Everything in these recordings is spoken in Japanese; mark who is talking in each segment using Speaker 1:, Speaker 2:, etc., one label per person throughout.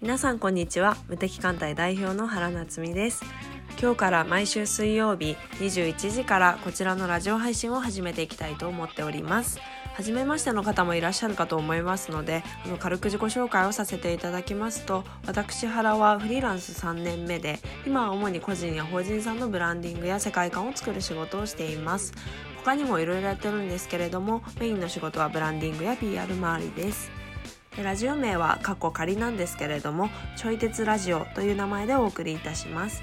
Speaker 1: 皆さんこんにちは無敵艦隊代表の原夏実です今日から毎週水曜日21時からこちらのラジオ配信を始めていきたいと思っております初めましての方もいらっしゃるかと思いますのであの軽く自己紹介をさせていただきますと私原はフリーランス3年目で今は主に個人や法人さんのブランディングや世界観を作る仕事をしています他にもいろいろやってるんですけれどもメインの仕事はブランディングや PR 周りですでラジオ名は過去仮なんですけれどもちょい鉄ラジオという名前でお送りいたします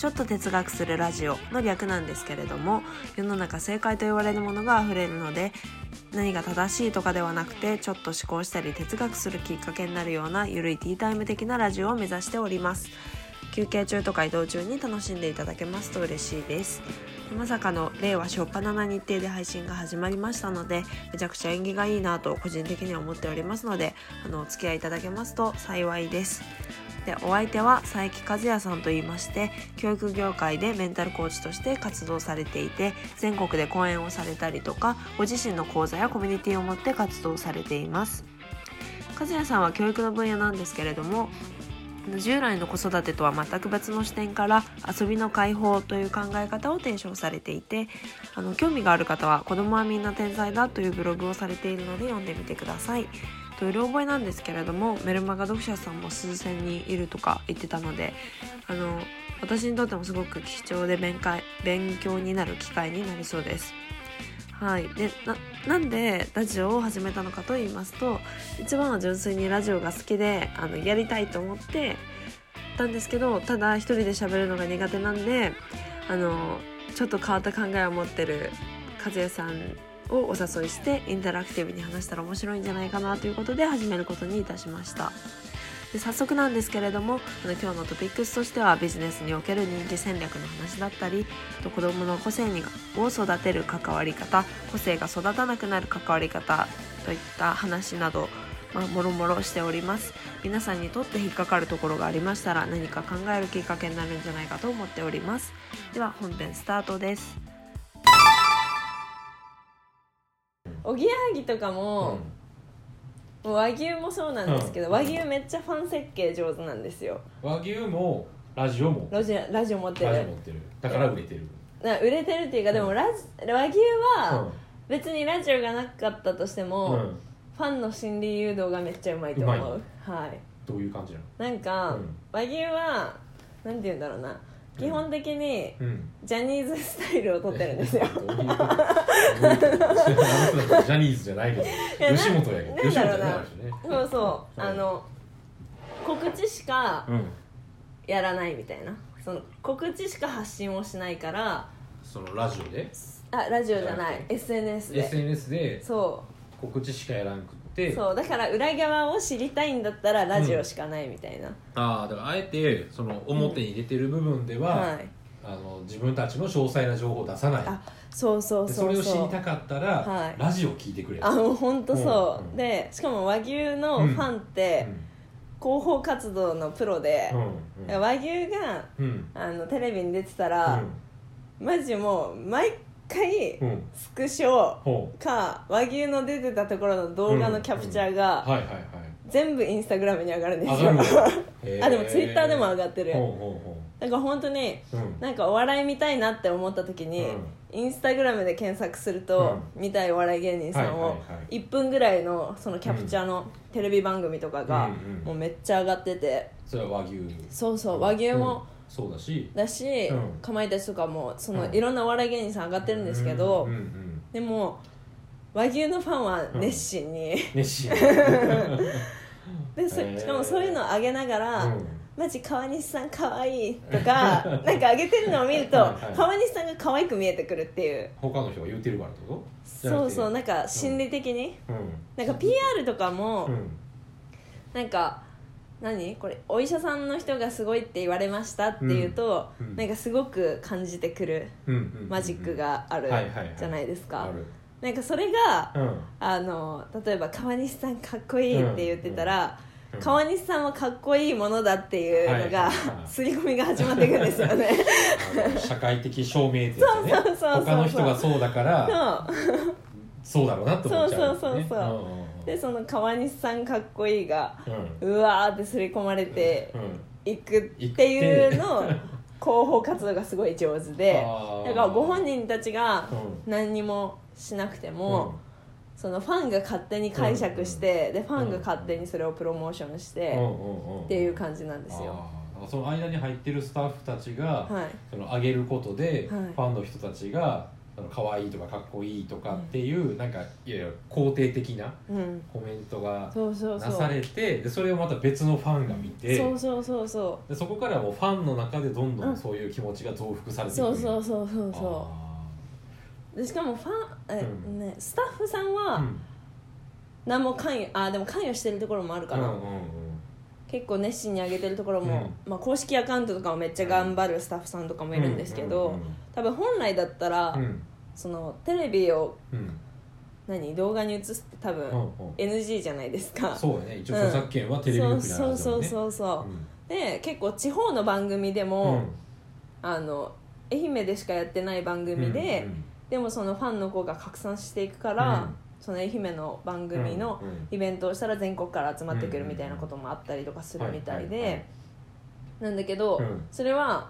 Speaker 1: ちょっと哲学するラジオの略なんですけれども世の中正解と言われるものが溢れるので何が正しいとかではなくてちょっと思考したり哲学するきっかけになるようなゆるいティータイム的なラジオを目指しております休憩中とか移動中に楽しんでいただけますと嬉しいですまさかの令和初っ端な日程で配信が始まりましたのでめちゃくちゃ縁起がいいなと個人的には思っておりますのであのお付き合いいただけますと幸いですでお相手は佐伯和也さんといいまして教育業界でメンタルコーチとして活動されていて全国で講演をされたりとかご自身の講座やコミュニティを持って活動されています和也さんは教育の分野なんですけれども従来の子育てとは全く別の視点から遊びの解放という考え方を提唱されていてあの興味がある方は「子供はみんな天才だ」というブログをされているので読んでみてください。とうろ覚えなんですけれどもメルマガ読者さんも数千人いるとか言ってたのであの私にとってもすごく貴重で勉解勉強になる機会になりそうです。はい、でななんでラジオを始めたのかと言いますと一番は純粋にラジオが好きであのやりたいと思ってたんですけどただ一人で喋るのが苦手なんであのちょっと変わった考えを持ってる和也さんをお誘いしてインタラクティブに話したら面白いんじゃないかなということで始めることにいたしました。で早速なんですけれどもあの今日のトピックスとしてはビジネスにおける人気戦略の話だったりあと子どもの個性にを育てる関わり方個性が育たなくなる関わり方といった話など、まあ、もろもろしております皆さんにとって引っかかるところがありましたら何か考えるきっかけになるんじゃないかと思っておりますでは本編スタートですおぎやはぎとかも、もう和牛もそうなんですけど、
Speaker 2: うん
Speaker 1: 和牛めっちゃファン設計上手なんですよ
Speaker 2: 和牛もラジオも
Speaker 1: ラジラジオ持って
Speaker 2: ラジオ
Speaker 1: る
Speaker 2: 持ってるだから売れてる、
Speaker 1: な売れてるっていうかでも
Speaker 2: うん
Speaker 1: ラジ和牛
Speaker 2: うん
Speaker 1: は別にラジオがなかったとしても、
Speaker 2: うん
Speaker 1: ファンの心理誘導がめっちゃうまいと思
Speaker 2: う
Speaker 1: うはい
Speaker 2: どういう感じなの
Speaker 1: なんか、
Speaker 2: うん
Speaker 1: 和牛はなんて言うんだろうな基本的に
Speaker 2: うん
Speaker 1: ジャニーズスタイルを取ってるんですよ
Speaker 2: どういうことどういうことあの人ジャニーズじゃないけ
Speaker 1: や
Speaker 2: ど
Speaker 1: な
Speaker 2: 吉本やけ
Speaker 1: なん
Speaker 2: ど
Speaker 1: だろうな
Speaker 2: 吉本やなあの人ね
Speaker 1: そうそうあの告知しか
Speaker 2: うん
Speaker 1: やらないみたいなその告知しか発信をしないから
Speaker 2: そのラジオで
Speaker 1: あラジオじゃな
Speaker 2: じゃないく
Speaker 1: SNS で
Speaker 2: SNS で
Speaker 1: そ
Speaker 2: 告知しかやらんくっ
Speaker 1: う
Speaker 2: て
Speaker 1: そうだから裏側を知りたいんだったらラジオしかないみたいな、
Speaker 2: ああだからあえてその表に出てる部分では、
Speaker 1: はい
Speaker 2: あの自分たちの詳細な情報を出さない
Speaker 1: あそうそう
Speaker 2: で
Speaker 1: そ
Speaker 2: そうれを
Speaker 1: そう
Speaker 2: 知りたかったら、
Speaker 1: はい
Speaker 2: ラジオ聞いてくれ
Speaker 1: あもうほんとそう、
Speaker 2: うん
Speaker 1: でしかも和牛のファンっ
Speaker 2: う
Speaker 1: て
Speaker 2: ん
Speaker 1: 広報活動のプロで
Speaker 2: う、んうん
Speaker 1: 和牛が
Speaker 2: うん
Speaker 1: あのテレビに出てたら、マジもう毎回
Speaker 2: うんうん
Speaker 1: スクショ
Speaker 2: ほう
Speaker 1: か和牛の出てたところの動画のキャプチャーが
Speaker 2: はいはい
Speaker 1: 全部インスタグラムに上がるんです
Speaker 2: はい
Speaker 1: よ、
Speaker 2: 上が る
Speaker 1: あでもツイッターでも上
Speaker 2: が
Speaker 1: がってる
Speaker 2: ほうほ
Speaker 1: なんか本当に
Speaker 2: うほううん
Speaker 1: なんかお笑い見たいなって思った時に、
Speaker 2: うん
Speaker 1: インスタグラムで検索すると、見たいお笑い芸人さん
Speaker 2: はい
Speaker 1: を
Speaker 2: はいはい
Speaker 1: 1分ぐらいのそのキャプチャーのテレビ番組とかが
Speaker 2: うんうん
Speaker 1: もうめっちゃ上がってて
Speaker 2: それは和牛
Speaker 1: そうそう和牛も
Speaker 2: うんそうだし
Speaker 1: だし、
Speaker 2: うん
Speaker 1: かまいたちとかもそうの
Speaker 2: ん
Speaker 1: いろんなお笑い芸人さん上がってるんですけど、
Speaker 2: うんうんうん
Speaker 1: でも和牛のファンは熱心に、
Speaker 2: 熱 心
Speaker 1: でそ
Speaker 2: へー
Speaker 1: しかもそういうのを上げながら、
Speaker 2: うん
Speaker 1: マジ川西さん可愛いとかなんか上げてるのを見ると
Speaker 2: はいはい
Speaker 1: 川西さんが可愛く見えてくるっていう
Speaker 2: 他の人が言ってるからってことじゃなく
Speaker 1: そう
Speaker 2: て
Speaker 1: そうなんか心理的に、
Speaker 2: う
Speaker 1: なんか PR とかも、
Speaker 2: んうん
Speaker 1: なんか何これお医者さんの人がすごいって言われましたっていうと、
Speaker 2: うんうん
Speaker 1: なんかすごく感じてくる
Speaker 2: うんうんうん
Speaker 1: マジックがある
Speaker 2: はいはいはい
Speaker 1: じゃないですか、
Speaker 2: ある
Speaker 1: なんかそれが
Speaker 2: うん
Speaker 1: あの例えば川西さんかっこいいって言ってたら、
Speaker 2: うん
Speaker 1: 川西さんはかっこいいものだっていうのが、
Speaker 2: はい
Speaker 1: 刷り込みが始まっていくんですよね
Speaker 2: あの社会的証明ってやつね
Speaker 1: そうそうそうそう
Speaker 2: 他の人がそうだから
Speaker 1: そう
Speaker 2: そうだろうなって思っちゃうよね
Speaker 1: そうそうそうそう
Speaker 2: うんうんうん
Speaker 1: でその川西さんかっこいいが
Speaker 2: うん
Speaker 1: うわーって刷り込まれて
Speaker 2: うん
Speaker 1: いくっていうのを広報活動がすごい上手で
Speaker 2: あー
Speaker 1: だからご本人たちが
Speaker 2: うん
Speaker 1: 何にもしなくても、そのファンが勝手に解釈して、でファンが勝手にそれをプロモーションして、
Speaker 2: うんうんうん
Speaker 1: っていう感じなんですよ。
Speaker 2: あーだからその間に入ってるスタッフたちが、
Speaker 1: はい、
Speaker 2: その上げることで、
Speaker 1: はい
Speaker 2: ファンの人たちがその可愛いとかかっこいいとかっていう、なんかいやいや肯定的な
Speaker 1: うん、
Speaker 2: コメントが
Speaker 1: そうそうそ
Speaker 2: な
Speaker 1: う。
Speaker 2: されてでそれをまた別のファンが見て
Speaker 1: そうそうそうそ
Speaker 2: でそこからもうファンの中でどんど
Speaker 1: うん
Speaker 2: んそういう気持ちが増幅され
Speaker 1: う。
Speaker 2: ていく
Speaker 1: そうそううそうそうそ
Speaker 2: あ
Speaker 1: う。でしかもファンえ、
Speaker 2: うん
Speaker 1: ねスタッフさん
Speaker 2: ー
Speaker 1: は何も関与あでも関与してるところもあるか
Speaker 2: うん
Speaker 1: ら、
Speaker 2: うんうんうん
Speaker 1: 結構熱心に上げてるところも、まあ公式アカウントとかをめっちゃ頑張るスタッフさんとかもいるんですけど、多分本来だったら、
Speaker 2: うんうん
Speaker 1: そのテレビを
Speaker 2: うんうん
Speaker 1: 何動画に映すって多分、
Speaker 2: うんうんうん
Speaker 1: NG じゃないですか。
Speaker 2: そうやね一応著作権はテレビ
Speaker 1: そ
Speaker 2: 局
Speaker 1: う
Speaker 2: にあ
Speaker 1: そ
Speaker 2: る
Speaker 1: うそう
Speaker 2: う
Speaker 1: そうそううんで結構地方の番組で
Speaker 2: う
Speaker 1: も、
Speaker 2: ん
Speaker 1: あの愛媛でしかやってない番組で、
Speaker 2: うんうん
Speaker 1: でもそのファンの子が拡散していくから、
Speaker 2: うん
Speaker 1: その愛媛の番組の
Speaker 2: うんうん
Speaker 1: イベントをしたら全国から集まってくるみたいなこともあったりとかするみたいで、
Speaker 2: ははは
Speaker 1: なんだけど、
Speaker 2: うん
Speaker 1: それは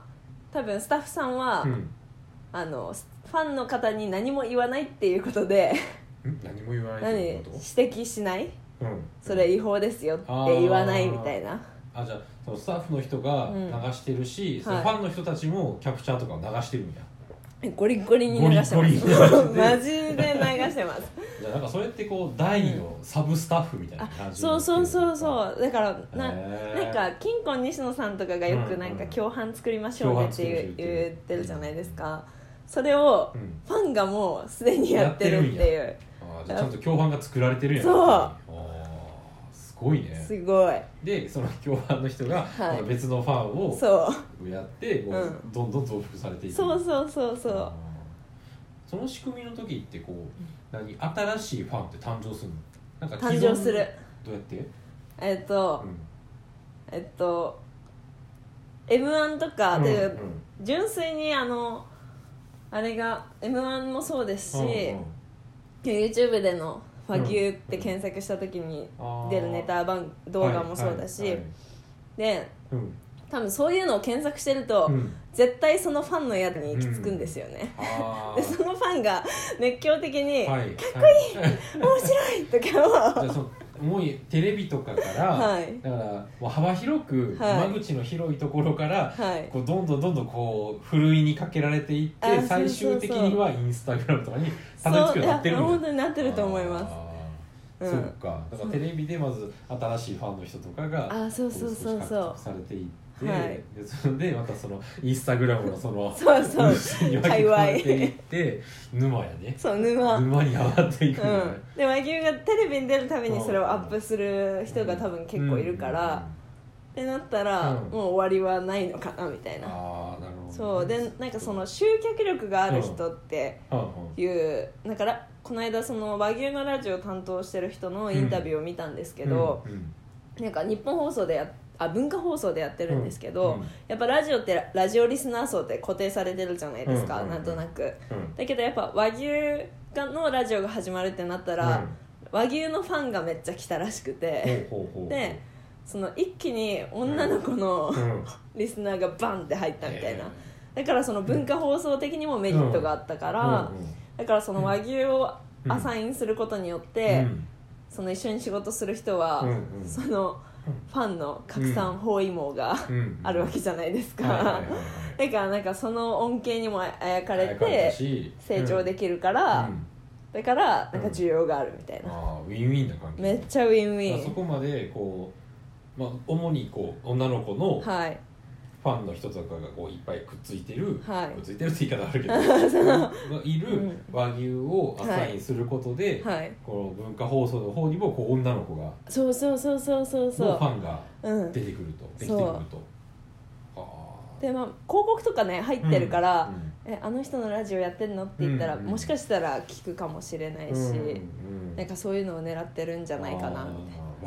Speaker 1: 多分スタッフさんは、
Speaker 2: うん
Speaker 1: あのファンの方に何も言わないっていうことで
Speaker 2: ん何も言わない
Speaker 1: 何
Speaker 2: って
Speaker 1: 指
Speaker 2: こと
Speaker 1: 摘しない
Speaker 2: うん
Speaker 1: それ違法ですよって言わないみたいな。
Speaker 2: あじゃあそのスタッフの人が
Speaker 1: うん
Speaker 2: 流してるし、その
Speaker 1: はい
Speaker 2: ファンの人たちもキャプチャーとかを流してるんや
Speaker 1: ゴリゴリに流して
Speaker 2: ゴ
Speaker 1: ま
Speaker 2: リ
Speaker 1: す
Speaker 2: ゴリに流して
Speaker 1: マジで流して ます
Speaker 2: じゃあなんかそれってこう第二のサブスタッフみたいな感じ
Speaker 1: そうそうそう
Speaker 2: う
Speaker 1: そうだからな
Speaker 2: な
Speaker 1: なんか金婚西野さんとかがよくなんか
Speaker 2: うんうん
Speaker 1: 共犯作りましょうねっていう
Speaker 2: 共犯作りましょうって
Speaker 1: 言
Speaker 2: いう
Speaker 1: ってるじゃないですかそれを
Speaker 2: うん
Speaker 1: ファンがもうすでにやってるって
Speaker 2: やって
Speaker 1: いう
Speaker 2: あーじゃあちゃんと共犯が作られてるんや
Speaker 1: そう
Speaker 2: あーすごいね
Speaker 1: すごい
Speaker 2: でその共犯の人が、
Speaker 1: はい
Speaker 2: また別のファンを
Speaker 1: そ
Speaker 2: やってこう、
Speaker 1: うん
Speaker 2: どんどん増幅されていうく
Speaker 1: そうそうそうそう
Speaker 2: あーその仕組みの時ってこう、何新しいファンって誕生するのなんか既
Speaker 1: 誕
Speaker 2: 存
Speaker 1: 生する
Speaker 2: どうやって、
Speaker 1: えっとえっと m 1とか
Speaker 2: うん
Speaker 1: で
Speaker 2: うんうん
Speaker 1: 純粋にあのあれが m 1もそうですし、
Speaker 2: うんうん
Speaker 1: YouTube での「和牛」って検索した時に出るネタ番動画もそうだし、
Speaker 2: はいはいはい
Speaker 1: で
Speaker 2: うん
Speaker 1: 多分そういうのを検索してると、
Speaker 2: うん
Speaker 1: 絶対そのファンのやつに行き着くんですよね、
Speaker 2: あ
Speaker 1: でそのファンが熱狂的に「
Speaker 2: ーはいかっこいい、 はい、じ
Speaker 1: 面白い!」とか
Speaker 2: ゃ
Speaker 1: を
Speaker 2: あそのもうテレビとかから、
Speaker 1: はい
Speaker 2: だからもう幅広く、
Speaker 1: はい
Speaker 2: 間口の広いところから
Speaker 1: はい
Speaker 2: こうどんどんどんどんこうふるいにかけられていっ
Speaker 1: あー
Speaker 2: て最
Speaker 1: そうそうそう
Speaker 2: 終的にはインスタグラムとかにたどり着
Speaker 1: そ
Speaker 2: く
Speaker 1: うい
Speaker 2: ようにな
Speaker 1: や
Speaker 2: ってるんだ
Speaker 1: 本当になってると思います
Speaker 2: あー
Speaker 1: うん
Speaker 2: そうかだからテレビでまず新しいファンの人とかが
Speaker 1: あーそうそうそうそう
Speaker 2: こ少し獲得されていって、
Speaker 1: はい
Speaker 2: でそれでまたそのインスタグラムのその
Speaker 1: そうそう
Speaker 2: 主 に割り込まれていって沼やね
Speaker 1: そう沼うん
Speaker 2: 沼に上がっていくんだね
Speaker 1: で和牛がテレビに出るためにそれをアップする人が多分結構いるから、ってなったら、
Speaker 2: うん
Speaker 1: もう終わりはないのかなみたい
Speaker 2: うん
Speaker 1: な
Speaker 2: ああなるほど
Speaker 1: そうでなんかその集客力がある人って
Speaker 2: うんうん
Speaker 1: いう、だからこの間その和牛のラジオ担当してる人のインタビューを見たんですけど、
Speaker 2: うんうん
Speaker 1: なんか日本放送でやあ文化放送でやってるんですけど、
Speaker 2: うんうん
Speaker 1: やっぱラジオってララジオリスナー層って固定されてるじゃないですか、
Speaker 2: うんうんうん
Speaker 1: なんとなく
Speaker 2: うん
Speaker 1: だけどやっぱ和牛がのラジオが始まるってなったら、和牛のファンがめっちゃ来たらしく
Speaker 2: うん
Speaker 1: て、
Speaker 2: ほうほうほう
Speaker 1: でその一気に女の子の、
Speaker 2: うん
Speaker 1: リスナーがバンって入 ったみたいな、だからその文化放送的にもメリットがあったから、
Speaker 2: うんうん
Speaker 1: だからその和牛を
Speaker 2: うん
Speaker 1: アサインすることによって、
Speaker 2: うん
Speaker 1: その一緒に仕事する人は、
Speaker 2: うんうん
Speaker 1: そのファンの拡散包囲網が、
Speaker 2: うん
Speaker 1: あるわけじゃないですか、
Speaker 2: はいはいはいはい
Speaker 1: だからなんかその恩恵にもあやかれ
Speaker 2: 早かった
Speaker 1: て
Speaker 2: し
Speaker 1: 成長できるか
Speaker 2: うん
Speaker 1: ら、
Speaker 2: うん
Speaker 1: だからなんか需要があるみたいな、
Speaker 2: ああウィンウィンな感じ
Speaker 1: めっちゃウィンウ
Speaker 2: まあそ
Speaker 1: ィン
Speaker 2: こまでこう、まあ、主にこう女の子のフ
Speaker 1: はい
Speaker 2: ァンの人とかがこういっぱいくっついてる、
Speaker 1: はい
Speaker 2: くっついてるって言い方あるけどい
Speaker 1: うん
Speaker 2: る和牛をアサインすることで、
Speaker 1: はい
Speaker 2: この文化放送の方にもこう女の子が
Speaker 1: そうそうそうそうそう
Speaker 2: のフ
Speaker 1: そ
Speaker 2: ァンが
Speaker 1: ううん
Speaker 2: 出てくると、できてく
Speaker 1: そう
Speaker 2: ると。は
Speaker 1: でまあ広告とかね入ってるから、
Speaker 2: あうん
Speaker 1: えあの人のラジオやってんのって言ったら、
Speaker 2: うん
Speaker 1: もしかしたら聞くかもしれないし、
Speaker 2: うん
Speaker 1: なんかそういうのを狙ってるんじゃないかなみたいな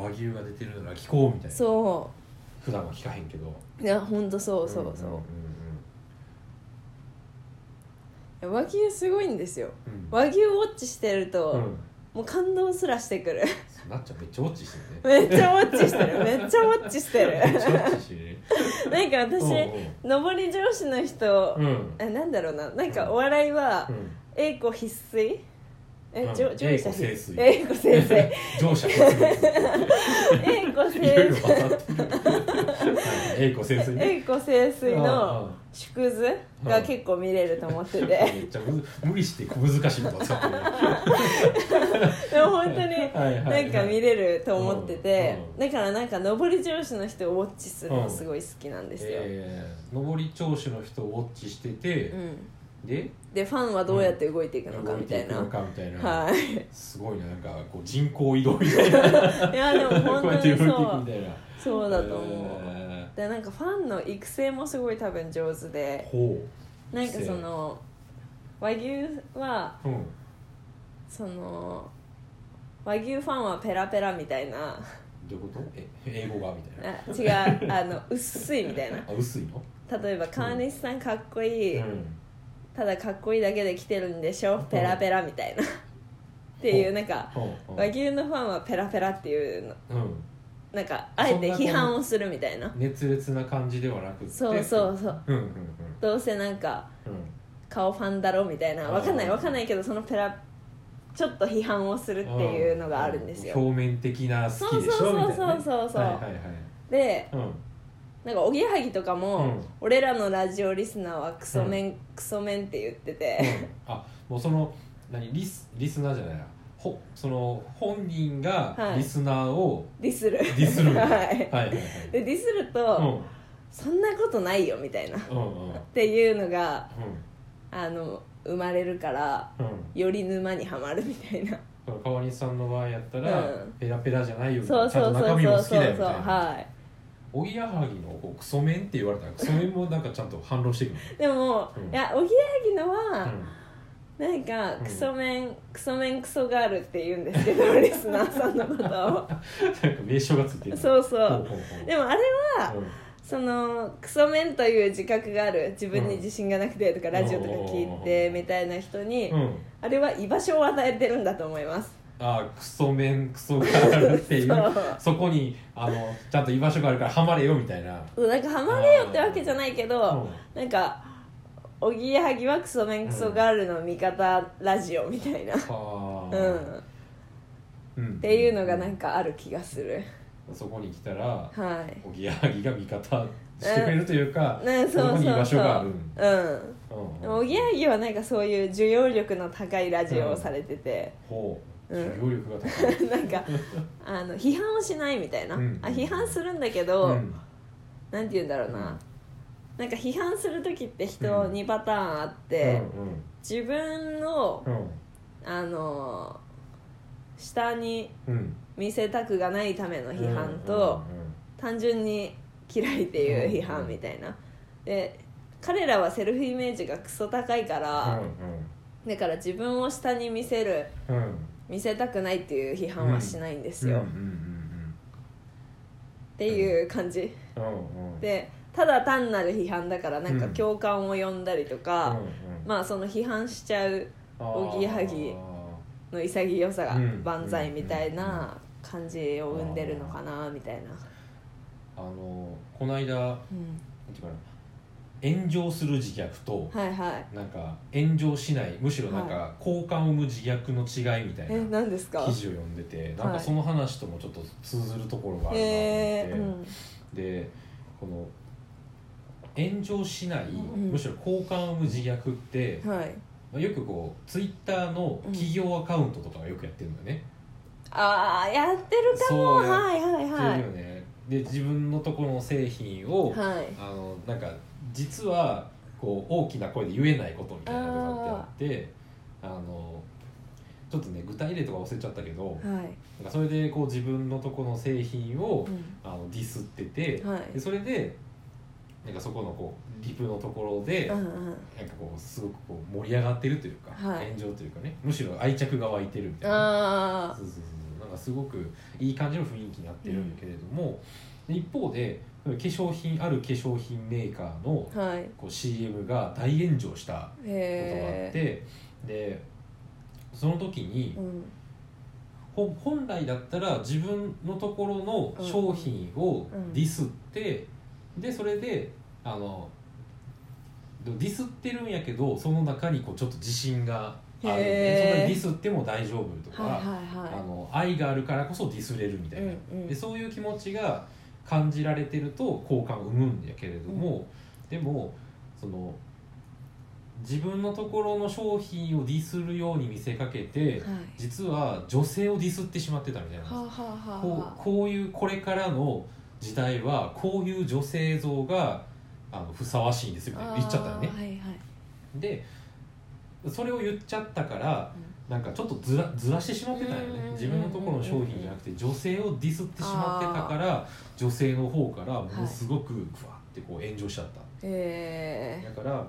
Speaker 2: あー和牛が出てるなら聞こうみたいな
Speaker 1: そ
Speaker 2: 普段は聞かへんけど
Speaker 1: ういやほんとそうそうそう、和牛すごいんですよ
Speaker 2: うんうんうんうん
Speaker 1: 和牛ウォッチしてると、
Speaker 2: うん
Speaker 1: もう感動すらしてくる
Speaker 2: なっちゃんめっちゃウォッチしてるね
Speaker 1: めっちゃウォッチして るめっちゃウォッチして
Speaker 2: めっちゃウ
Speaker 1: る
Speaker 2: ォッチしてるね
Speaker 1: なんか私
Speaker 2: う
Speaker 1: 上り上司の人、
Speaker 2: んうん
Speaker 1: えなんだろうななんかお笑いは
Speaker 2: うん
Speaker 1: 英子必須え、
Speaker 2: うん
Speaker 1: 上上司
Speaker 2: 英子
Speaker 1: 必
Speaker 2: 聖
Speaker 1: 須
Speaker 2: 水
Speaker 1: 英子先 生
Speaker 2: 乗車発
Speaker 1: 英子
Speaker 2: いろいろ
Speaker 1: 先
Speaker 2: 分
Speaker 1: 生
Speaker 2: かってる英子先生ね
Speaker 1: 英子聖水
Speaker 2: あ
Speaker 1: の
Speaker 2: あ
Speaker 1: 縮図が結構見れると思ってて
Speaker 2: めっちゃむず無理して小難しいのが使ってる
Speaker 1: でも本当に
Speaker 2: はいは
Speaker 1: ないんか見れると思ってて
Speaker 2: うん
Speaker 1: だからなんか上り上司の人をウォッチするのすごい好きなんですよ、
Speaker 2: えー上り調子の人をウォッチしてて
Speaker 1: う、ん、
Speaker 2: で
Speaker 1: でファンはどうやって動いていくのか
Speaker 2: 動い
Speaker 1: みた
Speaker 2: てい
Speaker 1: い
Speaker 2: く
Speaker 1: な
Speaker 2: のかみたいな、
Speaker 1: はい
Speaker 2: すごいななんかこう人口移動みたいな
Speaker 1: いやでも
Speaker 2: こう
Speaker 1: 本
Speaker 2: やっ
Speaker 1: 当
Speaker 2: て動
Speaker 1: に
Speaker 2: いていく
Speaker 1: そう
Speaker 2: みたいな
Speaker 1: そうだと思う
Speaker 2: え
Speaker 1: でなんかファンの育成もすごい多分上手
Speaker 2: ー
Speaker 1: で
Speaker 2: ほ
Speaker 1: なんかその和牛は
Speaker 2: う、うん、
Speaker 1: その和牛ファンはペラペラみたいな
Speaker 2: どういうことえ英語がみたいな
Speaker 1: あ違うあの薄いみたいな
Speaker 2: あ薄いの、
Speaker 1: 例えば川西さんかっこいい、
Speaker 2: うん、
Speaker 1: ただかっこいいだけで来てるんでしょペラペラみたいなっていうなんか
Speaker 2: ほう
Speaker 1: 和牛のファンはペラペラっていうの
Speaker 2: うんうん
Speaker 1: なんかあえて批判をするみたいな
Speaker 2: 熱烈な感じではなくって
Speaker 1: そうそうそう
Speaker 2: うんうん
Speaker 1: どうせなんか
Speaker 2: うんうん
Speaker 1: 顔ファンだろみたいなわかんないわかんないけどそのペラちょっと批判をするっていうのがあるんですよ
Speaker 2: 表面的な好
Speaker 1: そう
Speaker 2: きでしょ
Speaker 1: そう
Speaker 2: みたい
Speaker 1: そ
Speaker 2: な
Speaker 1: う
Speaker 2: ね
Speaker 1: そうそう、
Speaker 2: はいはいはい
Speaker 1: で
Speaker 2: うん
Speaker 1: なんかおぎやはぎとかも、
Speaker 2: うん
Speaker 1: 俺らのラジオリスナーはクソメン、クソメンって言ってて、
Speaker 2: あもうその何リスリスナーじゃないなほその本人
Speaker 1: は
Speaker 2: が
Speaker 1: い
Speaker 2: リスナーを
Speaker 1: ディスる
Speaker 2: ディスる
Speaker 1: はい
Speaker 2: はいはい
Speaker 1: でディスると、
Speaker 2: はい
Speaker 1: そんなことないよみたいなっ
Speaker 2: うんうんうん
Speaker 1: ていうのがあの生まれるから
Speaker 2: うんうん
Speaker 1: より沼にはまるみたいな
Speaker 2: だから川西さんの場合やったら、
Speaker 1: うん
Speaker 2: ペラペラじゃないよみた
Speaker 1: そ
Speaker 2: い
Speaker 1: う
Speaker 2: なちゃ
Speaker 1: そ
Speaker 2: ん
Speaker 1: う
Speaker 2: と
Speaker 1: そ
Speaker 2: 中
Speaker 1: う
Speaker 2: 身
Speaker 1: そ
Speaker 2: も
Speaker 1: う
Speaker 2: 好きだ
Speaker 1: そう
Speaker 2: よみ
Speaker 1: そう
Speaker 2: たいな
Speaker 1: は
Speaker 2: おぎやはぎのこうクソメンって言われたらクソメンもなんかちゃんと反論してくる、
Speaker 1: いでも、
Speaker 2: うん
Speaker 1: いやおぎやはぎの
Speaker 2: う
Speaker 1: は、
Speaker 2: ん
Speaker 1: なんか
Speaker 2: うん
Speaker 1: クソメン、クソメンクソガールって言うんですけどリスナーさんのこと
Speaker 2: なんか名称がついて
Speaker 1: を
Speaker 2: る
Speaker 1: そうそ
Speaker 2: ほう
Speaker 1: う
Speaker 2: ほうほう
Speaker 1: でもあれは
Speaker 2: うん
Speaker 1: そのクソメンという自覚がある自分に自信がなくてとか、
Speaker 2: うん
Speaker 1: ラジオとか聞いてみたいな人に、
Speaker 2: うん、
Speaker 1: あれは居場所を与えてるんだと思います
Speaker 2: あークソメンクソガールっていう
Speaker 1: そう
Speaker 2: そこにあのちゃんと居場所があるからハマれよみたいな、
Speaker 1: そうなんかハマれよってわけじゃないけど、
Speaker 2: うん
Speaker 1: なんかおぎやはぎはクソメンクソガールの味方ラジオみたいな、
Speaker 2: は
Speaker 1: うん
Speaker 2: あうん、っ
Speaker 1: っていうのがなんかある気がする
Speaker 2: そこに来たら
Speaker 1: はい
Speaker 2: おぎやはぎが味方してくれるというか、
Speaker 1: ね
Speaker 2: そ
Speaker 1: そう
Speaker 2: こに居
Speaker 1: そ
Speaker 2: 場
Speaker 1: う
Speaker 2: 所
Speaker 1: そ
Speaker 2: がある
Speaker 1: ううん
Speaker 2: うん
Speaker 1: でもおぎやはぎはなんかそういう需要力の高いラジオをされてて、
Speaker 2: ほう
Speaker 1: うん
Speaker 2: 需要力が高 い、
Speaker 1: なんかあの批判をしないみたいな、
Speaker 2: うん
Speaker 1: あ批判するんだけ
Speaker 2: う
Speaker 1: ど、
Speaker 2: ん
Speaker 1: なんて言うんだろうな、なんか批判する時って人2パターンあって、
Speaker 2: うん
Speaker 1: 自分の
Speaker 2: うんうん
Speaker 1: あの下に
Speaker 2: うん
Speaker 1: 見せたくがないための批判と、単純に嫌いっていう批判みたいな、で彼らはセルフイメージがクソ高いから、だから自分を下に見せる
Speaker 2: うんうんうん
Speaker 1: 見せたくないっていう批判はしないんですよ、
Speaker 2: うん
Speaker 1: っ
Speaker 2: うん
Speaker 1: ていう感じ
Speaker 2: うんうんうん
Speaker 1: でただ単なる批判だからなんか
Speaker 2: うん
Speaker 1: 共感を呼んだりと
Speaker 2: うん
Speaker 1: か、
Speaker 2: うん
Speaker 1: まあその批判しちゃうおぎやはぎの潔さが
Speaker 2: うん
Speaker 1: 万歳みたいな感じを生んでるのかなみたいな、
Speaker 2: あーあのこの間なん
Speaker 1: うん、
Speaker 2: ていうかな炎上する自虐と
Speaker 1: はいはい
Speaker 2: なんか炎上しないむしろな
Speaker 1: は
Speaker 2: んか好感を生む自虐の違いみたい
Speaker 1: え
Speaker 2: な
Speaker 1: 何ですか
Speaker 2: 記事を読んでてなん
Speaker 1: は
Speaker 2: か
Speaker 1: い
Speaker 2: その話ともちょっと通ずるところがあるなと
Speaker 1: えーう
Speaker 2: 思って
Speaker 1: ん、
Speaker 2: でこの炎上しない
Speaker 1: うん
Speaker 2: むしろ好感を生む自虐って
Speaker 1: はい
Speaker 2: まあよくこうツイッターの企業アカウントとかがよくやってるんだよね、
Speaker 1: ああやってるかも
Speaker 2: そうや
Speaker 1: はいはい
Speaker 2: やっ
Speaker 1: は
Speaker 2: てるよねで自分のところの製品を、
Speaker 1: いはい
Speaker 2: あのなんか実はこう大きな声で言えないことみたいなのとかってあってあのちょっとね具体例とか忘れちゃったけど、
Speaker 1: はい
Speaker 2: なんかそれでこう自分のところの製品を、
Speaker 1: うん
Speaker 2: あのディスってて、
Speaker 1: はい
Speaker 2: でそれでなんかそこのこうリプのところで、
Speaker 1: うんうん
Speaker 2: なんかこうすごくこう盛り上がってるというか、
Speaker 1: はい
Speaker 2: 炎上というかねむしろ愛着が湧いてるみたいな
Speaker 1: あ
Speaker 2: そうそうそうそうなんかすごくいい感じの雰囲気になってるんだけれども、で一方で化粧品ある化粧品メーカーの
Speaker 1: あはい
Speaker 2: こう CM が大炎上したことがあっ
Speaker 1: へえ
Speaker 2: て、でその時に
Speaker 1: うん
Speaker 2: ほ本来だったら自分のところの商品を
Speaker 1: うん
Speaker 2: ディスって、でそれであのでもディスってるんやけどその中にこうちょっと自信があるんで
Speaker 1: へー
Speaker 2: そんなにディスっても大丈夫とか、
Speaker 1: はい
Speaker 2: あ
Speaker 1: は
Speaker 2: の愛があるからこそディスれるみた
Speaker 1: いはい
Speaker 2: いな、
Speaker 1: うんうん
Speaker 2: でそういう気持ちが感じられてると好感を生むんやけれども、でもその自分のところの商品をディスるように見せかけて、
Speaker 1: はい
Speaker 2: 実は女性をディスってしまってたみたいなんです
Speaker 1: はあはあはあ
Speaker 2: こ
Speaker 1: は
Speaker 2: うこういうこれからの時代はこういう女性像があのふさわしいんですよみたい
Speaker 1: あ
Speaker 2: な言っちゃったよね
Speaker 1: あー。はいはい
Speaker 2: でそれを言っちゃったからなんかちょっとずらずらしてしまってたんよ
Speaker 1: うんうんうんう
Speaker 2: ね
Speaker 1: ん
Speaker 2: 自分のところの商品じゃなくて女性をディスってしまってたから女性の方からものすごくふわってこう炎上しちゃった。
Speaker 1: え
Speaker 2: だから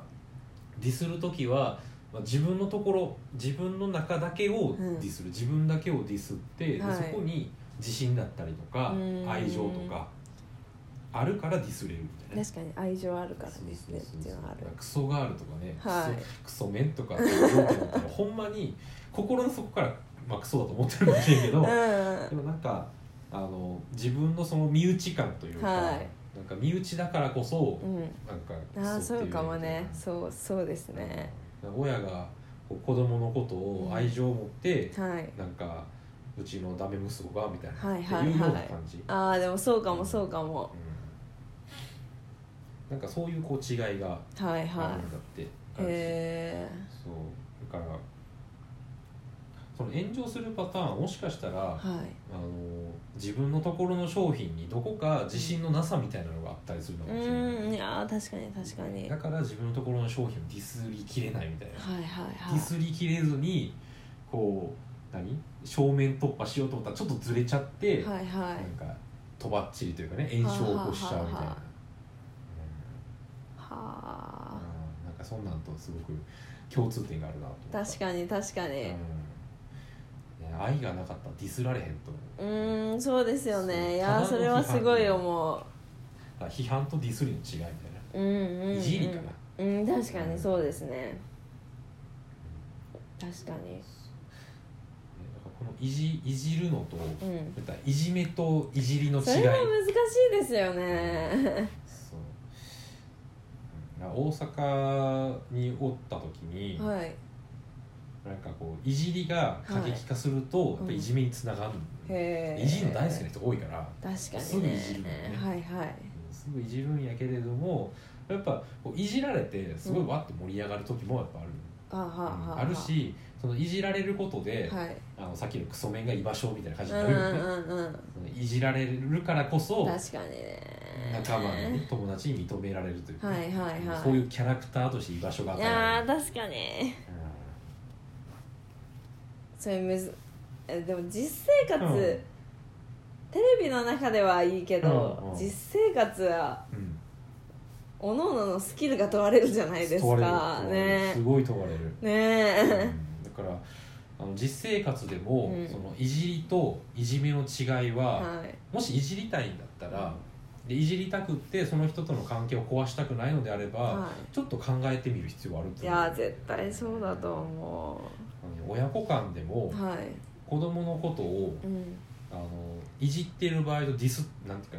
Speaker 2: ディスる時はまあ自分のところ自分の中だけをディスる、自分だけをディスって、で
Speaker 1: はい
Speaker 2: そこに自信だったりとか
Speaker 1: うん
Speaker 2: 愛情とかあるからディスれるみ
Speaker 1: ー、
Speaker 2: たいな。
Speaker 1: 確かに愛情あるからですねっ
Speaker 2: そうそうそう
Speaker 1: ていうのはある
Speaker 2: クソガールとかね、
Speaker 1: はい
Speaker 2: クソクソメンとかって言うけど ほんまに心の底から、まあ、クソだと思ってるかもしれんけど、でもなんかあの自分のその身内感というか、
Speaker 1: はい
Speaker 2: なんか身内だからこそ、
Speaker 1: うん、
Speaker 2: なんか
Speaker 1: うん、ああ
Speaker 2: クソ
Speaker 1: そ
Speaker 2: って
Speaker 1: う
Speaker 2: いう
Speaker 1: かもね
Speaker 2: か
Speaker 1: そうそうですね
Speaker 2: 親がこう子供のことを愛情を持って、
Speaker 1: はい
Speaker 2: なんかうちのダメ息子がみたいな、
Speaker 1: はいはいはい
Speaker 2: っていうような感じ、
Speaker 1: ああでもそうかもそうかも
Speaker 2: うん、なんかそういうこう違いが
Speaker 1: はい
Speaker 2: あ
Speaker 1: は
Speaker 2: るんだって、
Speaker 1: いへえ
Speaker 2: そうだからその炎上するパターンもしかしたら、
Speaker 1: ー、はい
Speaker 2: あの自分のところの商品にどこか自信のなさみたいなのがあったりするのかもしれない、
Speaker 1: うんいやー確かに確かに
Speaker 2: だ
Speaker 1: はい
Speaker 2: から自分のところの商品をディスりきれないみたいな
Speaker 1: はいは
Speaker 2: ディ
Speaker 1: い
Speaker 2: スりきれずにこう何正面突破しようと思ったらちょっとずれちゃって、
Speaker 1: はいは
Speaker 2: ないんかとばっちりというかね炎症を起こしちゃうみたい
Speaker 1: は
Speaker 2: な
Speaker 1: ははは。は
Speaker 2: うん
Speaker 1: あ
Speaker 2: うんなんかそんなんとすごく共通点があるなと思った
Speaker 1: 確かに確かに
Speaker 2: うんいや愛がなかったらディスられへんと思
Speaker 1: う
Speaker 2: う、
Speaker 1: ー
Speaker 2: だ
Speaker 1: んそうですよ
Speaker 2: そう
Speaker 1: ねいやー
Speaker 2: ただの
Speaker 1: それはすごい思
Speaker 2: から批判とディスりの違いみたいな
Speaker 1: ううんうんうん
Speaker 2: いじりかな
Speaker 1: うん確かにそうですね確かに
Speaker 2: ねだからこのいじいじるのと、
Speaker 1: うん
Speaker 2: だからいじめといじりの違い
Speaker 1: それは難しいですよね
Speaker 2: そううん大阪におった時に、
Speaker 1: はい
Speaker 2: なんかこういじりが過激化すると、やっぱいじめにつながる、
Speaker 1: へえ
Speaker 2: いじるの大好きな人多いから、
Speaker 1: 確か
Speaker 2: す
Speaker 1: に
Speaker 2: ぐ
Speaker 1: ね
Speaker 2: いじるもんね
Speaker 1: はいはい
Speaker 2: うんすぐいじるんやけれどもやっぱこういじられてすごいわって盛り上がる時もやっぱある、
Speaker 1: あは
Speaker 2: うん
Speaker 1: は
Speaker 2: あるしそのいじられることで、
Speaker 1: はい
Speaker 2: あのさっきのクソメンが居場所みたいな感じ
Speaker 1: う
Speaker 2: に
Speaker 1: ん
Speaker 2: な
Speaker 1: う
Speaker 2: るよね、
Speaker 1: んうん
Speaker 2: そのいじられるからこそ
Speaker 1: 確かにね
Speaker 2: 仲間に、ね、友達に認められるというか、
Speaker 1: はいはいはい
Speaker 2: そういうキャラクターとして居場所が
Speaker 1: い
Speaker 2: 与えられ
Speaker 1: や
Speaker 2: る
Speaker 1: ー確かにそれむずえでも実生活、
Speaker 2: うん
Speaker 1: テレビの中ではいいけど、
Speaker 2: うんうん
Speaker 1: 実生活は
Speaker 2: うんうん
Speaker 1: 各々のスキルが問われるじゃないです
Speaker 2: 問
Speaker 1: か
Speaker 2: われる
Speaker 1: ね
Speaker 2: すごい問われる、
Speaker 1: ね
Speaker 2: う
Speaker 1: え
Speaker 2: んだからあの実生活でも、
Speaker 1: うん
Speaker 2: そのいじりといじめの違いは、
Speaker 1: はい
Speaker 2: もしいじりたいんだったら、でいじりたくってその人との関係を壊したくないのであれば、
Speaker 1: は
Speaker 2: ちょっと考えてみる必要はある
Speaker 1: いい
Speaker 2: と思う
Speaker 1: やー絶対そうだと思
Speaker 2: あの親子間でも
Speaker 1: うはい
Speaker 2: 子供のことを
Speaker 1: うん
Speaker 2: あのいじってる場合とディスなんていうか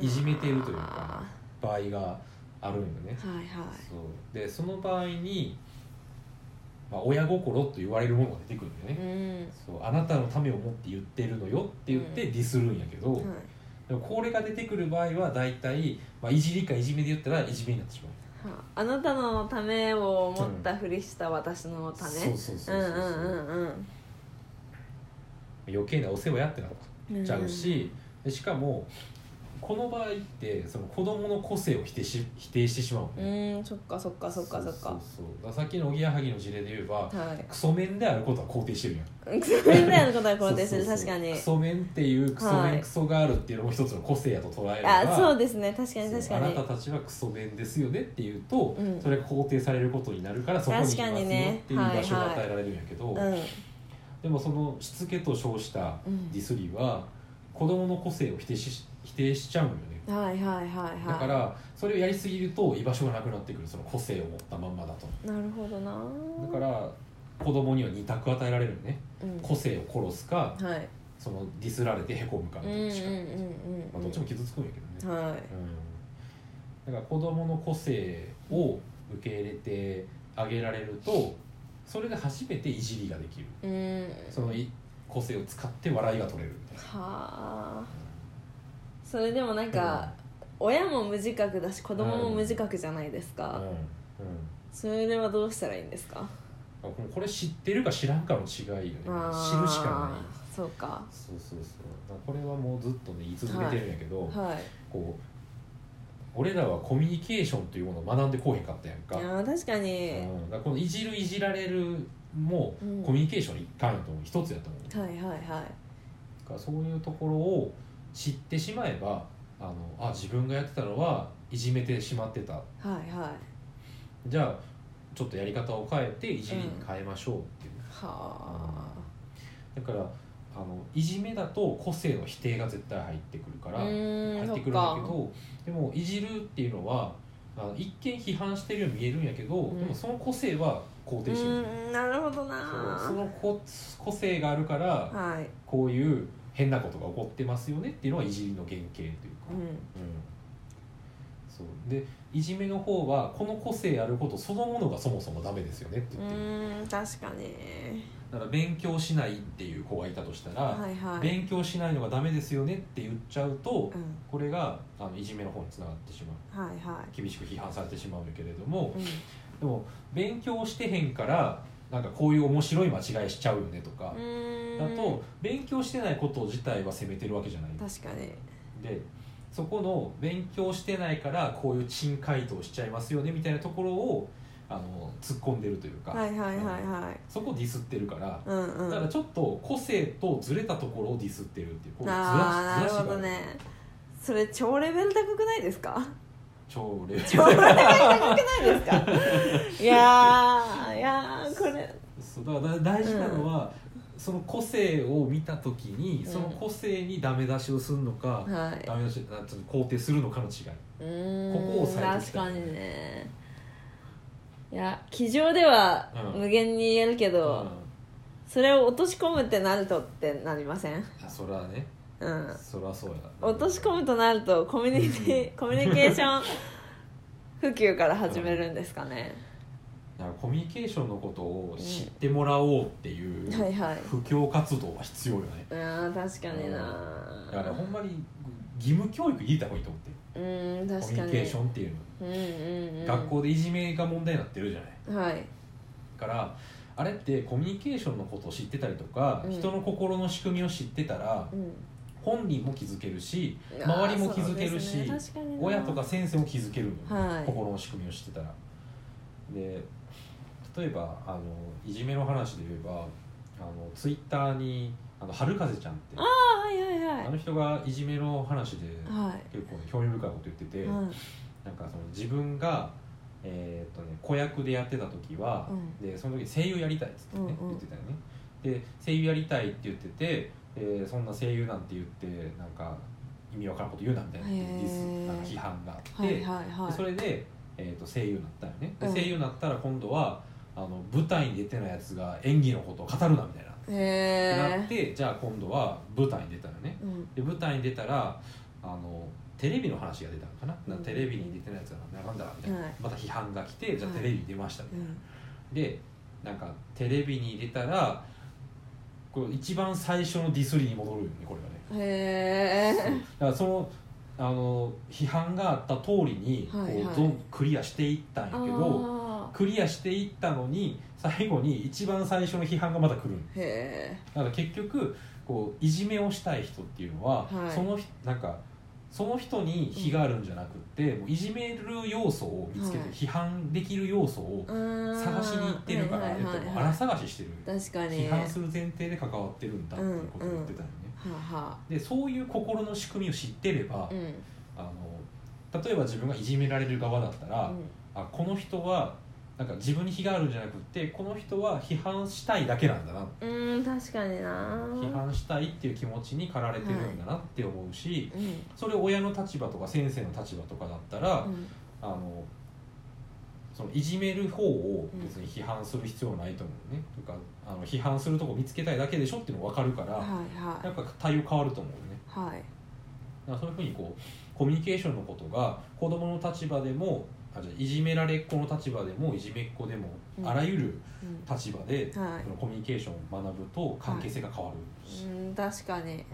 Speaker 2: ないじめているというか
Speaker 1: あ
Speaker 2: 場合があるんよね、
Speaker 1: ーはいは
Speaker 2: そうでその場合に、まあ、親心と言われるものが出てくるんだ
Speaker 1: い
Speaker 2: よ
Speaker 1: う
Speaker 2: ね、
Speaker 1: ん
Speaker 2: そうあなたのためを持って言ってるのよって言って
Speaker 1: う
Speaker 2: ディスるんやけど、
Speaker 1: はい
Speaker 2: でもこれが出てくる場合は大体、まあ、いじりかいじめで言ったらいじめになってしまう
Speaker 1: はあなたのためを思ったふりした私のた
Speaker 2: そう
Speaker 1: め
Speaker 2: そうそう
Speaker 1: う
Speaker 2: そ
Speaker 1: ん
Speaker 2: う
Speaker 1: う
Speaker 2: そ
Speaker 1: ん
Speaker 2: う
Speaker 1: うんうん
Speaker 2: 余計なお世話やってなっ
Speaker 1: うん
Speaker 2: ちゃうし、でしかもこの場合ってその子供の個性を否定し否定してしまうの
Speaker 1: う
Speaker 2: ね、
Speaker 1: んそっかそっかそっかそっ
Speaker 2: そう
Speaker 1: か
Speaker 2: そうそうだからさっきのおぎやはぎの事例で言えば
Speaker 1: はい
Speaker 2: クソメンであることは肯定してるやん
Speaker 1: クソメンみたいなことは肯定する
Speaker 2: そうそう
Speaker 1: 確
Speaker 2: そう
Speaker 1: かに
Speaker 2: クソメンっていうクソメン、
Speaker 1: はい
Speaker 2: クソガールっていうのも一つの個性やと捉えれば
Speaker 1: あそうですね確かに確
Speaker 2: そう
Speaker 1: か
Speaker 2: あな
Speaker 1: に
Speaker 2: たたちはクソメンですよねっていうと、
Speaker 1: うん
Speaker 2: それが肯定されることになるからそこにいます
Speaker 1: 確か
Speaker 2: よって
Speaker 1: に
Speaker 2: いう
Speaker 1: ね
Speaker 2: 居場所が与えられるんやけど、
Speaker 1: うん
Speaker 2: でもそのしつけと称したディスリは子供の個性を否定し否定しちゃうんよね
Speaker 1: はいはいはいはい
Speaker 2: だからそれをやりすぎると居場所がなくなってくるその個性を持ったまんまだと
Speaker 1: なるほどな
Speaker 2: だから子供には二択与えられるよね
Speaker 1: うん
Speaker 2: 個性を殺すか
Speaker 1: はい
Speaker 2: そのディスられてへこむかみたいなしかないですまあどっちも傷つくんやけどね、
Speaker 1: はい
Speaker 2: うん、だから子どもの個性を受け入れてあげられるとそれで初めていじりができる
Speaker 1: うん
Speaker 2: そのい個性を使って笑いが取れるみたい
Speaker 1: は
Speaker 2: な
Speaker 1: あそれでもなんか、親も無自覚だし子供も無自覚じゃないです
Speaker 2: う
Speaker 1: か
Speaker 2: ん、うん
Speaker 1: それはどうしたらいいんですか
Speaker 2: あこれこれ知ってるか知らんかの違いよね
Speaker 1: あー
Speaker 2: 知るしかない
Speaker 1: そうか
Speaker 2: そうそうそうだからこれはもうずっとね言い続けてるんやけど、
Speaker 1: はい
Speaker 2: こう俺らはコミュニケーションというものを学んでこうへんかったやんか
Speaker 1: いやー確かに、
Speaker 2: うん、だからこのいじるいじられるも
Speaker 1: うん
Speaker 2: コミュニケーションの一環やと思う一つやと思う
Speaker 1: は
Speaker 2: だ
Speaker 1: いはいはい
Speaker 2: からそういうところを知ってしまえばあのあ自分がやってたのはいじめてしまってた
Speaker 1: はいはい
Speaker 2: じゃあちょっとやり方を変えていじりに変えましょうっていう、
Speaker 1: はあ
Speaker 2: だからあのいじめだと個性の否定が絶対入ってくるから
Speaker 1: う
Speaker 2: 入
Speaker 1: ーん
Speaker 2: ってくるんだけどでもいじるっていうのはあの一見批判してるように見えるんやけど、
Speaker 1: ん
Speaker 2: でもその個性は肯
Speaker 1: そ
Speaker 2: 定
Speaker 1: っ
Speaker 2: して
Speaker 1: か
Speaker 2: る、
Speaker 1: うーんなるほど
Speaker 2: そう
Speaker 1: な
Speaker 2: その個個性があるから、
Speaker 1: はい
Speaker 2: こういう変なことが起こってますよねっていうのはいじりの原型というか、
Speaker 1: う
Speaker 2: うん
Speaker 1: ん
Speaker 2: そうでいじめの方はこの個性あることそのものがそもそもダメですよねって
Speaker 1: う
Speaker 2: 言ってる、
Speaker 1: ーん確かに
Speaker 2: だから勉強しないっていう子がいたとしたら、
Speaker 1: はいはい
Speaker 2: 勉強しないのがダメですよねって言っちゃうと
Speaker 1: うん
Speaker 2: これがあのいじめの方につながってしまう
Speaker 1: はいはい
Speaker 2: 厳しく批判されてしまうんだけれども
Speaker 1: うん
Speaker 2: でも勉強してへんからなんかこういう面白い間違いしちゃうよねとか
Speaker 1: う、ーん
Speaker 2: だと勉強してないこと自体は責めてるわけじゃない
Speaker 1: 確かに
Speaker 2: でそこの勉強してないからこういう珍回答しちゃいますよねみたいなところをあの突っ込んでるというか、
Speaker 1: はいはいはいはい
Speaker 2: そこをディスってるから、
Speaker 1: うんうん
Speaker 2: だからちょっと個性とずれたところをディスってるっていうこういうず
Speaker 1: あーなる
Speaker 2: らしずらしが
Speaker 1: ほどねそれ超レベル高くないですか
Speaker 2: 超レベル
Speaker 1: 超レベル高くないですか いやーいやーこれ
Speaker 2: そうだから大事なのは、その個性を見た時にその個性にダメ出しをするのか、
Speaker 1: はい
Speaker 2: ダメ出しあちょっと肯定するのかの違い、
Speaker 1: うーん
Speaker 2: ここを押さえてき
Speaker 1: 確
Speaker 2: た
Speaker 1: かにねいや机上では
Speaker 2: うん
Speaker 1: 無限に言えるけ
Speaker 2: うん
Speaker 1: ど、それを落とし込むってなるとってなりません
Speaker 2: あそれはね
Speaker 1: うん
Speaker 2: それはそうやな
Speaker 1: 落とし込むとなるとコミュニティコミュニケーション普及から始めるんですかね、
Speaker 2: だからコミュニケーションのことを知ってもらおうっていう
Speaker 1: はいはい
Speaker 2: 布教活動は必要よね
Speaker 1: うん確かに
Speaker 2: だから
Speaker 1: な
Speaker 2: ほ
Speaker 1: ん
Speaker 2: まに義務教育に入れた方がいいと思って
Speaker 1: うん確かに
Speaker 2: コミュニケーションっていうの、
Speaker 1: うんうんうん
Speaker 2: 学校でいじめが問題になってるじゃない
Speaker 1: はい
Speaker 2: だからあれってコミュニケーションのことを知ってたりとか、
Speaker 1: うん
Speaker 2: 人の心の仕組みを知ってたら
Speaker 1: うん
Speaker 2: 本人も気づけるし周りも気づけるし
Speaker 1: あーそうですね確かにな
Speaker 2: 親とか先生も気づけるのよ、
Speaker 1: はい
Speaker 2: 心の仕組みを知ってたらで例えばあのいじめの話で言えばあのツイッターにあの春風ちゃんってあ
Speaker 1: あはいはいはい
Speaker 2: の人がいじめの話で
Speaker 1: は
Speaker 2: 結構、ね、興味深いこと言ってて、
Speaker 1: いはい
Speaker 2: なんかその自分が、えーっとね、子役でやってた時は、
Speaker 1: う
Speaker 2: でその時声優やりたいっつってね、
Speaker 1: うんうん
Speaker 2: 言ってたよねで声優やりたいって言ってて、えーそんな声優なんて言ってなんか意味わからんこと言うなみたいな
Speaker 1: へ
Speaker 2: デ
Speaker 1: ー
Speaker 2: ィスなんか批判があって、
Speaker 1: はいはい
Speaker 2: で
Speaker 1: はい
Speaker 2: それで、えー、と声優になったよねで
Speaker 1: うん
Speaker 2: 声優になったら今度はあの舞台に出てないやつが演技のことを語るなみたいな、
Speaker 1: へ
Speaker 2: な
Speaker 1: え
Speaker 2: ってじゃあ今度は舞台に出たよね
Speaker 1: うん
Speaker 2: で舞台に出たらあのテレビの話が出たのかななテレビに出てないやつがなんだみたいな、
Speaker 1: はい
Speaker 2: また批判が来てじゃあ
Speaker 1: はい
Speaker 2: テレビに出ましたみたいな
Speaker 1: うん
Speaker 2: でなんかテレビに出たらこう一番最初のディスりに戻るよねこれ
Speaker 1: へ
Speaker 2: はね、
Speaker 1: え
Speaker 2: だからそのあの批判があった通りにこう、
Speaker 1: はいはい
Speaker 2: どんクリアしていったんやけど
Speaker 1: あ
Speaker 2: クリアしていったのに最後に一番最初の批判がまた来る
Speaker 1: ーへえ
Speaker 2: だから結局こういじめをしたい人っていうのは、
Speaker 1: はい
Speaker 2: そのひなんかその人に非があるんじゃなくって、もういじめる要素を見つけて、
Speaker 1: はい
Speaker 2: 批判できる要素を探
Speaker 1: 探
Speaker 2: しに行ってるから、
Speaker 1: はいはいはい
Speaker 2: えっ
Speaker 1: は
Speaker 2: と
Speaker 1: い
Speaker 2: もうあら探ししてる
Speaker 1: 確かに
Speaker 2: 批判する前提で関わってるんだっていうことを言ってたよね、
Speaker 1: はあは
Speaker 2: でそういう心の仕組みを知ってれば
Speaker 1: あ、うん
Speaker 2: あの例えば自分がいじめられる側だったら、
Speaker 1: うん
Speaker 2: あこの人はなんか自分に非があるんじゃなくてこの人は批判したいだけなんだな
Speaker 1: うん確かにな
Speaker 2: 批判したいっていう気持ちに駆られてるんだなって思うし、
Speaker 1: うん
Speaker 2: それを親の立場とか先生の立場とかだったら、
Speaker 1: うん
Speaker 2: あのそそのいじめる方を別に批判する必要はないと思うね、とかあの批判するとこ見つけたいだけでしょっていうの分かるから、
Speaker 1: はいは
Speaker 2: や
Speaker 1: い
Speaker 2: っぱ対応変わると思うね
Speaker 1: はい
Speaker 2: だからそういうふうにこうコミュニケーションのことが子どもの立場でもあじゃあいじめられっ子の立場でもいじめっ子でも、
Speaker 1: うん
Speaker 2: あらゆる
Speaker 1: うん
Speaker 2: 立場
Speaker 1: は
Speaker 2: で、
Speaker 1: い
Speaker 2: そのコミュニケーションを学ぶと関係性が変わる、
Speaker 1: うん確かに
Speaker 2: う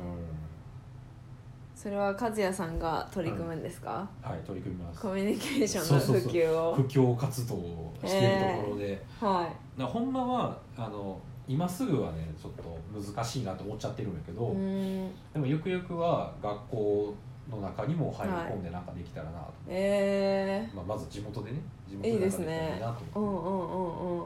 Speaker 1: それは和也さんが取り組むんですか、
Speaker 2: んはい取り組みます
Speaker 1: コミュニケーションの普
Speaker 2: そうそう
Speaker 1: 及
Speaker 2: 布
Speaker 1: を
Speaker 2: 教活動をしているところで、
Speaker 1: は
Speaker 2: なほんまはあの今すぐはねちょっと難しいなと思っちゃってるんやけど、
Speaker 1: いうん
Speaker 2: でもゆくゆくは学校の中にも入り込んでなんかできたらなと、
Speaker 1: え
Speaker 2: まあ、まず地元でね地元
Speaker 1: いい
Speaker 2: で
Speaker 1: で
Speaker 2: なん
Speaker 1: す
Speaker 2: かできたらい
Speaker 1: ね
Speaker 2: いな
Speaker 1: ー、う
Speaker 2: と
Speaker 1: ん
Speaker 2: 思って
Speaker 1: うんうんうん
Speaker 2: うん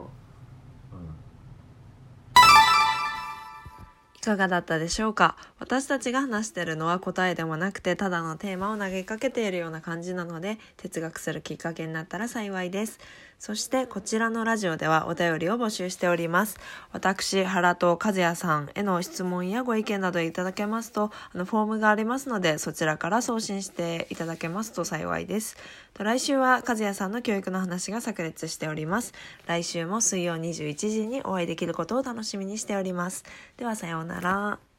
Speaker 1: いかがだったでしょうか私たちが話してるのは答えでもなくてただのテーマを投げかけているような感じなので哲学するきっかけになったら幸いですそしてこちらのラジオではお便りを募集しております私原と和也さんへの質問やご意見などいただけますとあのフォームがありますのでそちらから送信していただけますと幸いですと来週は和也さんの教育の話が炸裂しております来週も水曜21時にお会いできることを楽しみにしておりますではさようなら。